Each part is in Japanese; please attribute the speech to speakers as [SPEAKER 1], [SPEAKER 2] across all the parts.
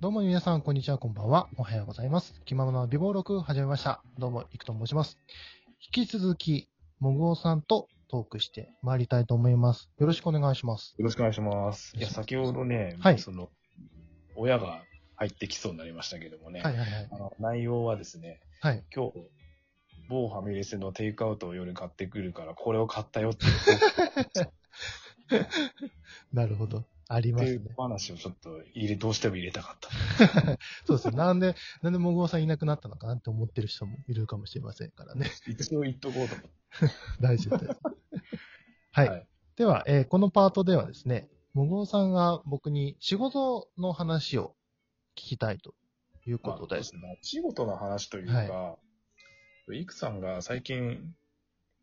[SPEAKER 1] どうも皆さん、こんにちは、こんばんは。おはようございます。気ままな美貌録始めました。どうも、いくと申します。引き続き、もぐおさんとトークしてまいりたいと思います。よろしくお願いします。
[SPEAKER 2] よろしくお願いします。いや、先ほどね、
[SPEAKER 1] はい
[SPEAKER 2] その、親が入ってきそうになりましたけどもね、
[SPEAKER 1] はいはいはい。
[SPEAKER 2] あの内容はですね、
[SPEAKER 1] はい。
[SPEAKER 2] 今日、某ファミレスのテイクアウトを夜買ってくるから、これを買ったよって
[SPEAKER 1] なるほど。あります
[SPEAKER 2] い
[SPEAKER 1] ね
[SPEAKER 2] う。話をちょっと入れ、どうしても入れた かった。
[SPEAKER 1] そうですね。なんで、なんでもぐおさんいなくなったのかなって思ってる人もいるかもしれませんからね。
[SPEAKER 2] 一応言っとこうと思って。
[SPEAKER 1] 大丈夫です。はい、
[SPEAKER 2] はい
[SPEAKER 1] では、えーこのパートではですね、もぐおさんが僕に仕事の話を聞きたいというこ
[SPEAKER 2] まあ
[SPEAKER 1] とで。
[SPEAKER 2] そうですね仕事の話というか、いくさんが最近、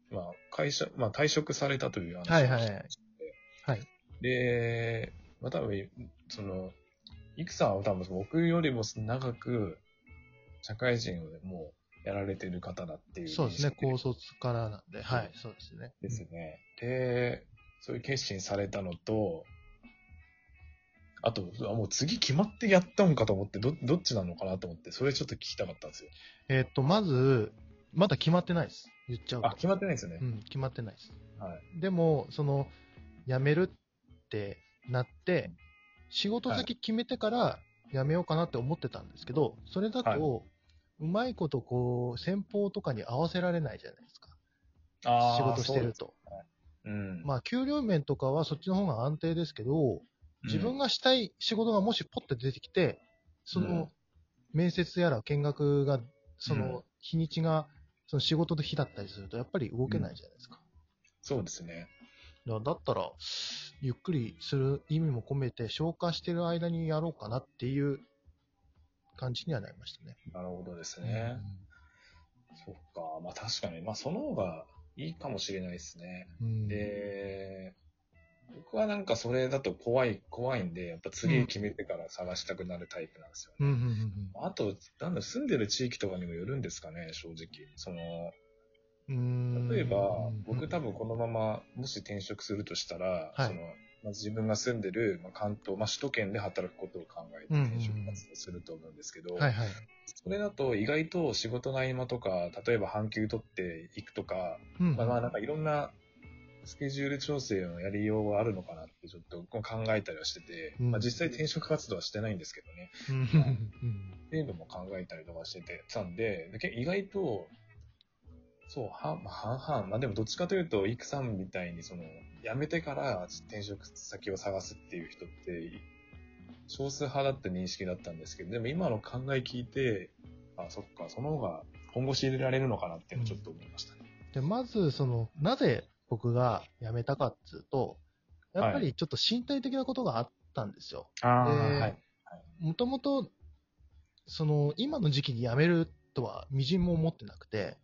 [SPEAKER 2] まあ、会社、まあ、退職されたという話を
[SPEAKER 1] はいはいはい
[SPEAKER 2] して
[SPEAKER 1] はい
[SPEAKER 2] で、まあ、多分、その、いくさんは多分僕よりも長く、社会人をもうやられてる方だっていう。
[SPEAKER 1] そうですね。高卒からなんで。はい。そうですね。
[SPEAKER 2] ですね。で、そういう決心されたのと、あと、あもう次決まってやったんかと思って、ど、どっちなのかなと思って、それちょっと聞きたかったんですよ。
[SPEAKER 1] えーっと、まず、まだ決まってないです。言っちゃうと
[SPEAKER 2] あ、決まってないですよね。
[SPEAKER 1] うん、決まってないです。
[SPEAKER 2] はい。
[SPEAKER 1] でも、その、辞めるってなって、仕事先決めてから辞めようかなって思ってたんですけど、それだと、
[SPEAKER 2] はいう
[SPEAKER 1] まいことこう、先方とかに合わせられないじゃないですか。
[SPEAKER 2] あー
[SPEAKER 1] 仕事してる。と。
[SPEAKER 2] そううん。
[SPEAKER 1] まあ、給料面とかはそっちの方が安定ですけど、自分
[SPEAKER 2] が、
[SPEAKER 1] がしたい仕事がもしポッて出てきて、その、面接やら見学が、そ
[SPEAKER 2] うん
[SPEAKER 1] の、日にちが、その仕事の日だったりすると、やっぱり動けないじゃないですか。
[SPEAKER 2] そうですね。
[SPEAKER 1] だだったら、ゆっくりする意味も込めて、消化してる間にやろうかなっていう感じにはなりましたね。
[SPEAKER 2] なるほどですね。そっか。まあ確かに、まあその方がいいかもしれないですね。
[SPEAKER 1] うん、
[SPEAKER 2] で、僕はなんかそれだと怖い、怖いんで、やっぱ次決めてから探したくなるタイプなんですよ
[SPEAKER 1] うん、
[SPEAKER 2] ね。
[SPEAKER 1] うん、うんうん
[SPEAKER 2] あと、なんだ、住んでる地域とかにもよるんですかね、正直。その、
[SPEAKER 1] うん。
[SPEAKER 2] 例えば
[SPEAKER 1] うん、
[SPEAKER 2] 僕多分このまま、もし転職するとしたら、
[SPEAKER 1] はい
[SPEAKER 2] その、まず自分が住んでる、まあ、関東、まあ、首都圏で働くことを考えて
[SPEAKER 1] うんうんうん
[SPEAKER 2] 転職活動すると思うんですけど、
[SPEAKER 1] はいはい。
[SPEAKER 2] それだと意外と仕事の合間とか、例えば半休取っていくとか、
[SPEAKER 1] うん
[SPEAKER 2] まあまあなんかいろんなスケジュール調整のやりようがあるのかなってちょっと考えたりはしてて、
[SPEAKER 1] うん
[SPEAKER 2] まあ実際転職活動はしてないんですけどね、
[SPEAKER 1] うんうん
[SPEAKER 2] っていうのも考えたりとかしててたんで、でけ意外と、そう、半まあ半々、まあでもどっちかというと、イクさんみたいにその、辞めてから転職先を探すっていう人って、少数派だって認識だったんですけど、でも今の考え聞いて、あ、そっか、その方が本腰入れられるのかなっていうのをちょっと思いましたね。
[SPEAKER 1] で、まず、その、なぜ僕が辞めたかっつうと、やっぱりちょっと身体的なことがあったんですよ。
[SPEAKER 2] あ
[SPEAKER 1] ーはい。もともと、その、今の時期に辞めるとは、みじんも思ってなくて、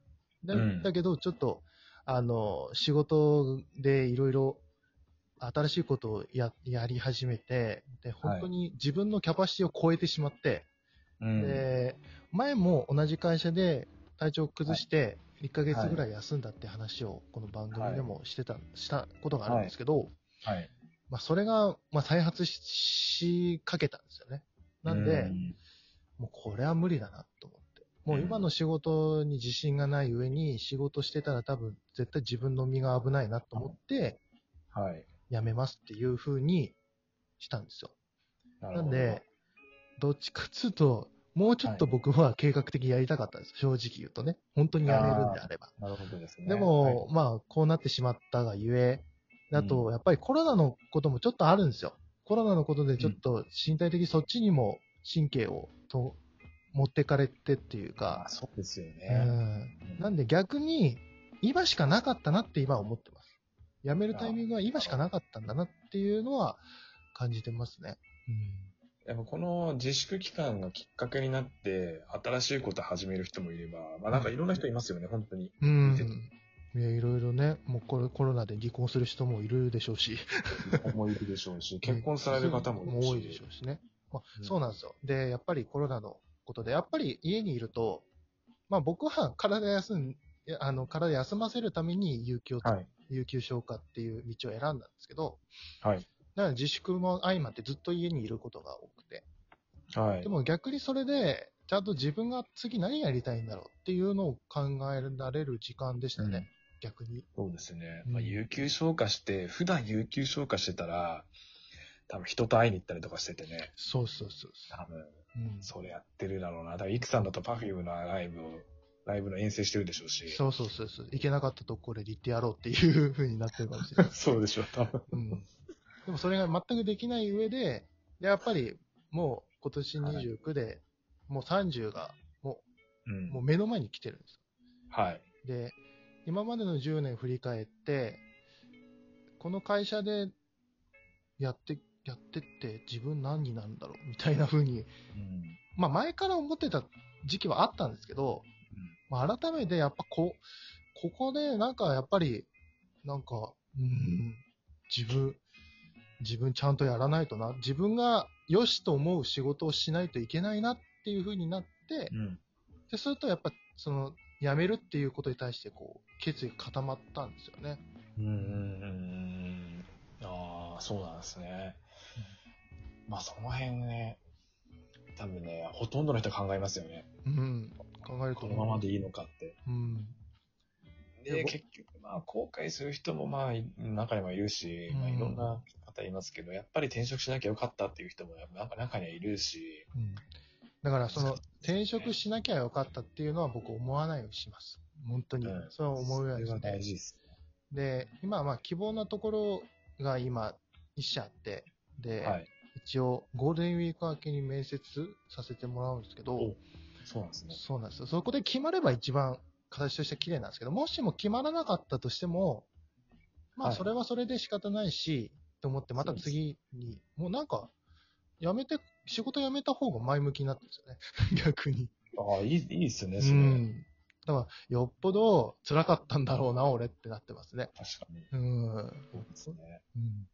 [SPEAKER 1] だ
[SPEAKER 2] うん
[SPEAKER 1] だけど、ちょっと、あの、仕事でいろいろ、新しいことをややり始めて、で、本当に自分のキャパシティを超えてしまって、
[SPEAKER 2] うん
[SPEAKER 1] で、前も同じ会社で体調を崩して、1ヶ月ぐらい休んだって話を、この番組でもしてた、したことがあるんですけど、
[SPEAKER 2] はい。
[SPEAKER 1] まあ、それが、まあ、再発ししかけたんですよね。なんで、
[SPEAKER 2] うん
[SPEAKER 1] もうこれは無理だなと思って。もう今の仕事に自信がない上に、仕事してたら多分絶対自分の身が危ないなと思って、
[SPEAKER 2] はい。
[SPEAKER 1] 辞めますっていう風にしたんですよ。
[SPEAKER 2] なる
[SPEAKER 1] な
[SPEAKER 2] ほど
[SPEAKER 1] んで、、どっちかっつうと、もうちょっと僕は計画的にやりたかったんです。正直言うとね。本当に辞めるんであれば。
[SPEAKER 2] なるほどですね。
[SPEAKER 1] で
[SPEAKER 2] はい
[SPEAKER 1] も、、まあ、こうなってしまったがゆえ、だ
[SPEAKER 2] う
[SPEAKER 1] と、やっぱりコロナのこともちょっとあるんですよ。コロナのことでちょっと身体的にそっちにも神経をと持ってかれてっていうか
[SPEAKER 2] あ、そうですよ
[SPEAKER 1] う
[SPEAKER 2] ね。
[SPEAKER 1] ん。なんで逆に、今しかなかったなって今思ってます。辞めるタイミングは今しかなかったんだなっていうのは感じてますね。
[SPEAKER 2] やっぱこの自粛期間がきっかけになって、新しいこと始める人もいれば、まあなんかいろんな人いますよね、本当に。
[SPEAKER 1] うん。
[SPEAKER 2] 見て
[SPEAKER 1] うん。いや、いろいろね、もうこれコロナで離婚する人もいるでしょうし。
[SPEAKER 2] 思いいるでしょうし、結婚される方も
[SPEAKER 1] も多いでしょうしね、まあ
[SPEAKER 2] うん
[SPEAKER 1] そうなんですよ。で、やっぱりコロナのことで、やっぱり家にいると、まあ僕は体休ん、いやあの、体休ませるために有給を、
[SPEAKER 2] はい。
[SPEAKER 1] 有給消化っていう道を選んだんですけど、
[SPEAKER 2] はい。
[SPEAKER 1] だから自粛も相まってずっと家にいることが多くて、
[SPEAKER 2] はい。
[SPEAKER 1] でも逆にそれで、ちゃんと自分が次何やりたいんだろうっていうのを考えられる時間でしたね、逆に。
[SPEAKER 2] そうですね。
[SPEAKER 1] うん
[SPEAKER 2] まあ、有給消化して、普段有給消化してたら、多分人と会いに行ったりとかしててね。
[SPEAKER 1] そうそうそうそ
[SPEAKER 2] 多分、
[SPEAKER 1] う、うん
[SPEAKER 2] それやってるだろうな。多分、イクさんだと Perfume のライブを、ライブの遠征してるでしょうし。。
[SPEAKER 1] そうそうそうそう。いけなかったところで行ってやろうっていう風になってるかもしれない
[SPEAKER 2] そうでしょう、多分。
[SPEAKER 1] うん。 でもそれが全くできない上で、で、やっぱりもう今年29で、もう30が
[SPEAKER 2] う。
[SPEAKER 1] もうん目の前に来てるんです
[SPEAKER 2] はい。
[SPEAKER 1] よ。で、今までの10年振り返って、この会社でやって、やってって自分何になるんだろうみたいな風に、
[SPEAKER 2] うん。
[SPEAKER 1] まあ前から思ってた時期はあったんですけど、まあ、改めてやっぱこう、ここでなんかやっぱり、なんか、うん、自分、自分ちゃんとやらないとな、自分が良しと思う仕事をしないといけないなっていう風になって
[SPEAKER 2] う、ん。
[SPEAKER 1] で、するとやっぱその、辞めるっていうことに対してこう、決意が固まったんですよね。
[SPEAKER 2] うん。うんうん。ああ、そうなんですね。まあ、その辺ね、多分ね、ほとんどの人考えますよね。
[SPEAKER 1] うん。考えると。
[SPEAKER 2] このままでいいのかって。
[SPEAKER 1] うん。で
[SPEAKER 2] で、
[SPEAKER 1] ぼ
[SPEAKER 2] 結局、まあ、後悔する人も、まあ、中にはいるし、
[SPEAKER 1] うん
[SPEAKER 2] まあ、いろんな方いますけど、やっぱり転職しなきゃよかったっていう人も、なんか中にはいるし、
[SPEAKER 1] うん。だからその、転職しなきゃよかったっていうのは僕思わないようにします。本当に。
[SPEAKER 2] うん
[SPEAKER 1] それは思うように
[SPEAKER 2] それ
[SPEAKER 1] し
[SPEAKER 2] は
[SPEAKER 1] て
[SPEAKER 2] 大。事です。
[SPEAKER 1] で、今はまあ希望なところが今一社あって、で、
[SPEAKER 2] はい。
[SPEAKER 1] 一応ゴールデンウィーク明けに面接させてもらうんですけど
[SPEAKER 2] お、そうなんですね。
[SPEAKER 1] そうなんですよ。そこで決まれば一番形としては綺麗なんですけど、もしも決まらなかったとしても、まあ
[SPEAKER 2] はい
[SPEAKER 1] それはそれで仕方ないし、と思ってまた次に、もうなんか、やめて、仕事辞めた方が前向きになってるんですよね。 逆に。
[SPEAKER 2] ああ、いい、いいですね、
[SPEAKER 1] う
[SPEAKER 2] それ。
[SPEAKER 1] ん。だから、よっぽど辛かったんだろうな、俺ってなってますね。
[SPEAKER 2] 確かに。
[SPEAKER 1] うん。
[SPEAKER 2] そうですね。
[SPEAKER 1] うん。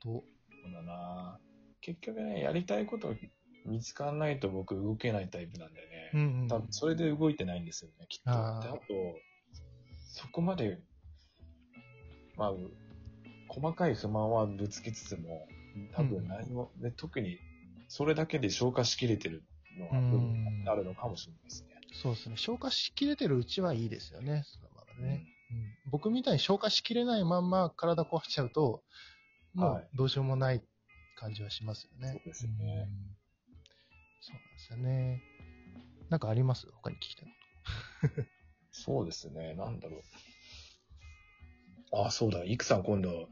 [SPEAKER 1] と、
[SPEAKER 2] そうだな結局ね、やりたいこと見つからないと僕動けないタイプなんでね。
[SPEAKER 1] ん
[SPEAKER 2] 多分それで動いてないんですよね、きっと。で
[SPEAKER 1] あー
[SPEAKER 2] あと、そこまで、まあ、う細かい不満はぶつけつつも、多
[SPEAKER 1] うん
[SPEAKER 2] 分何も、ね、特にそれだけで消化しきれてるのが
[SPEAKER 1] う
[SPEAKER 2] 部
[SPEAKER 1] ん
[SPEAKER 2] 分があるのかもしれないですね。
[SPEAKER 1] そうですね。消化しきれてるうちはいいですよね。そのままね、うん僕みたいに消化しきれないまんま体壊しちゃうと、も
[SPEAKER 2] は
[SPEAKER 1] う
[SPEAKER 2] い
[SPEAKER 1] どうしようもない感じはしますよね。
[SPEAKER 2] そうですよね
[SPEAKER 1] うんそうなんですよね。なんかあります他に聞きたいこ
[SPEAKER 2] そうですね、なんだろう。あ、そうだ、イクさん今度、
[SPEAKER 1] と。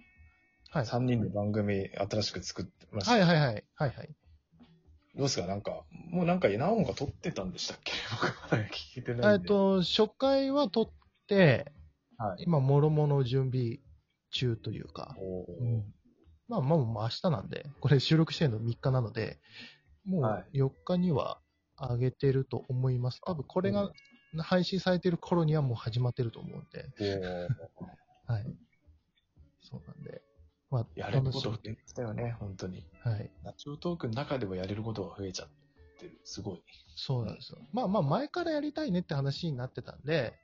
[SPEAKER 1] はい。
[SPEAKER 2] 3人で番組新しく作ってました。
[SPEAKER 1] はいはいはい。はいはい。
[SPEAKER 2] どうですかなんか、もうなんか何本か撮ってたんでした っけ僕まだ聞いてない
[SPEAKER 1] え
[SPEAKER 2] ん
[SPEAKER 1] っ
[SPEAKER 2] で。
[SPEAKER 1] と、初回は撮って、
[SPEAKER 2] はい。
[SPEAKER 1] 今、もろもろ準備中というか。
[SPEAKER 2] おー
[SPEAKER 1] まあ、まあ、もう明日なんで、これ収録してるの3日なので、も
[SPEAKER 2] は
[SPEAKER 1] う4日には上げてると思います。多分これが配信されてる頃にはもう始まってると思うんで、
[SPEAKER 2] おー
[SPEAKER 1] はい。そうなんで、まあ、
[SPEAKER 2] やれること
[SPEAKER 1] 楽し
[SPEAKER 2] 増えてきたよね、本当に。
[SPEAKER 1] みはい。
[SPEAKER 2] ナチョトークの中でもやれることが増えちゃってる。すごい。
[SPEAKER 1] そうなんですよ。まあまあ、前からやりたいねって話になってたんで、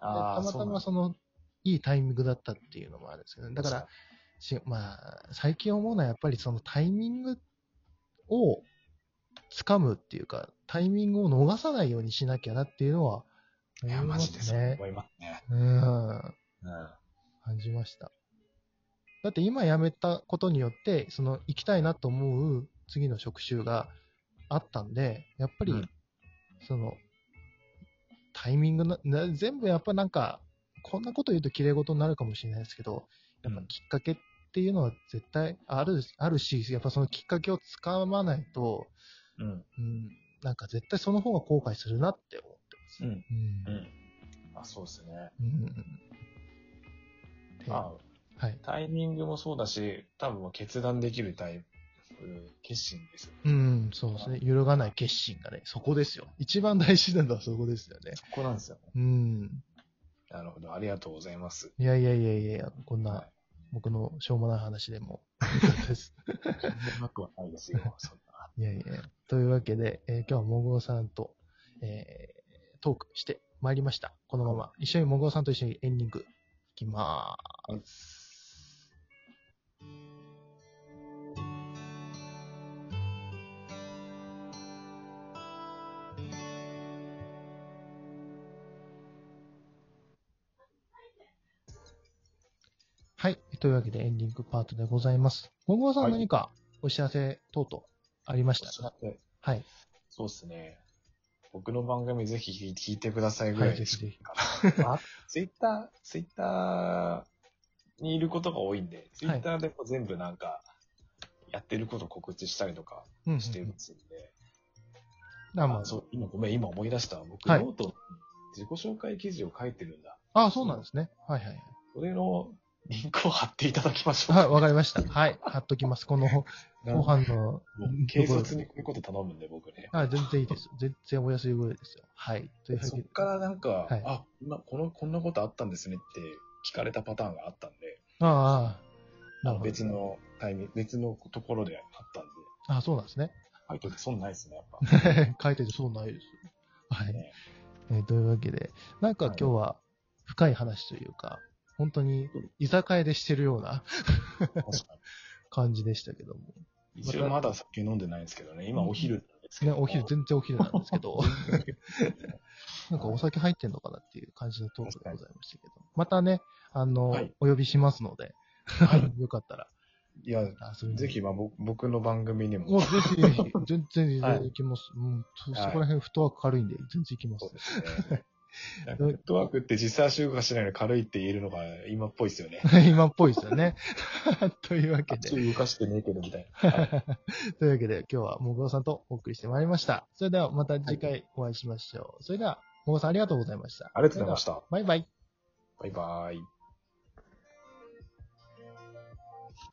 [SPEAKER 1] でたまたまその、いいタイミングだったっていうのもあるんですけど、ね、だから、しまあ、最近思うのはやっぱりそのタイミングを掴むっていうか、タイミングを逃さないようにしなきゃなっていうのは、
[SPEAKER 2] いや、
[SPEAKER 1] 思
[SPEAKER 2] マ
[SPEAKER 1] ま
[SPEAKER 2] ジ
[SPEAKER 1] す
[SPEAKER 2] でそう
[SPEAKER 1] ね。
[SPEAKER 2] 思いますね。
[SPEAKER 1] うん、
[SPEAKER 2] うん。
[SPEAKER 1] 感じました。だって今辞めたことによって、その行きたいなと思う次の職種があったんで、やっぱり
[SPEAKER 2] うん、
[SPEAKER 1] その、タイミングな、な全部やっぱなんか、こんなこと言うと綺麗事になるかもしれないですけど、やっぱきっかけっていうのは絶対ある、あるし、やっぱそのきっかけをつかまないと、
[SPEAKER 2] うん。
[SPEAKER 1] うん、なんか絶対その方が後悔するなって思ってます。
[SPEAKER 2] うん。
[SPEAKER 1] う。
[SPEAKER 2] うんん。あ、そうですね。
[SPEAKER 1] うん。で
[SPEAKER 2] ま
[SPEAKER 1] はい
[SPEAKER 2] あ、。タイミングもそうだし、多分もう決断できるタイプ、決心ですよね。
[SPEAKER 1] うん、そうですね。揺るがない決心がね、そこですよ。一番大事なのはそこですよね。
[SPEAKER 2] そこなんですよね。
[SPEAKER 1] うん。
[SPEAKER 2] なるほど。ありがとうございます。
[SPEAKER 1] いやいやいやいや、こん
[SPEAKER 2] は、
[SPEAKER 1] ない僕のしょうもない話で も。よかったです
[SPEAKER 2] そんななくはないです よ。そんな。
[SPEAKER 1] いやいや。というわけで、えー今日はもぐおさんと、えートークしてまいりました。このまま。一緒にもぐおさんと一緒にエンディングいきまーす。というわけでエンディングパートでございます。もぐわさ
[SPEAKER 2] は
[SPEAKER 1] ん
[SPEAKER 2] い
[SPEAKER 1] 何かお知らせ等々ありました
[SPEAKER 2] そして
[SPEAKER 1] はい。
[SPEAKER 2] そうですね。僕の番組ぜひ聞いてくださいぐ
[SPEAKER 1] は
[SPEAKER 2] ら
[SPEAKER 1] い、
[SPEAKER 2] い
[SPEAKER 1] ぜ
[SPEAKER 2] で
[SPEAKER 1] ひ
[SPEAKER 2] す。
[SPEAKER 1] ぜひ。
[SPEAKER 2] ツイッター、ツイッターにいることが多いんで、ツイッターでも全部なんか、やってることを告知したりとか
[SPEAKER 1] うんうん
[SPEAKER 2] してるん
[SPEAKER 1] う
[SPEAKER 2] で、
[SPEAKER 1] ん。あ、まあ
[SPEAKER 2] あ、そう、今ごめん、今思い出した。僕、
[SPEAKER 1] はい
[SPEAKER 2] ノート、自己紹介記事を書いてるんだ。
[SPEAKER 1] あ、そうなんですね。はいはい。
[SPEAKER 2] それのリンクを貼っていただきましょう
[SPEAKER 1] はい、
[SPEAKER 2] か。
[SPEAKER 1] わかりました。はい。貼っときます。この後半の
[SPEAKER 2] もう警察にこういうこと頼むんで、僕ね。
[SPEAKER 1] あ、全然いいです。全然お安いぐらいですよ。はい。というわ
[SPEAKER 2] そ
[SPEAKER 1] け
[SPEAKER 2] っ
[SPEAKER 1] で。
[SPEAKER 2] からなんか、
[SPEAKER 1] はい
[SPEAKER 2] あ、今この、こんなことあったんですねって聞かれたパターンがあったんで、
[SPEAKER 1] ああ、なるほど。
[SPEAKER 2] 別のタイミング、別のところであったんで、
[SPEAKER 1] あ、そうなんですね。
[SPEAKER 2] 書いてて損ないですね、やっ ぱ。
[SPEAKER 1] 書いててそうないです。はい
[SPEAKER 2] ね。
[SPEAKER 1] えーというわけで、なんか今日は深い話というか、本当に居酒屋でしてるような
[SPEAKER 2] 確か
[SPEAKER 1] 感じでしたけども。
[SPEAKER 2] に一応まだ酒飲んでないんですけどね、今お昼なんですけ
[SPEAKER 1] ね、
[SPEAKER 2] ど。
[SPEAKER 1] お昼、全然お昼なんですけ ど。なんかお酒入ってんのかなっていう感じのトークでございましたけど。またね、あの、
[SPEAKER 2] はい
[SPEAKER 1] お呼びしますので、 よかったら
[SPEAKER 2] いや、
[SPEAKER 1] 遊びに
[SPEAKER 2] ぜひ、まあ、ぼ僕の番組に
[SPEAKER 1] もう
[SPEAKER 2] も。
[SPEAKER 1] ぜひぜひ、全然全然
[SPEAKER 2] はい
[SPEAKER 1] 行きます。うん、そ
[SPEAKER 2] はい
[SPEAKER 1] そこら辺、フットワーク軽いんで、全然行きます
[SPEAKER 2] そう。ですね。なんかネットワークって実際足動かしないのに軽いって言えるのが今っぽいですよね。
[SPEAKER 1] 今っぽいですよね。 というわけで、
[SPEAKER 2] 足動かしてねえけどみたいな。はい
[SPEAKER 1] というわけで、今日はもぐろさんとお送りしてまいりました。それではまた次回お会いしましょう。それでは、もぐろさんありがとうございました。
[SPEAKER 2] ありがとうございました。
[SPEAKER 1] バイバイ。
[SPEAKER 2] バイバイ。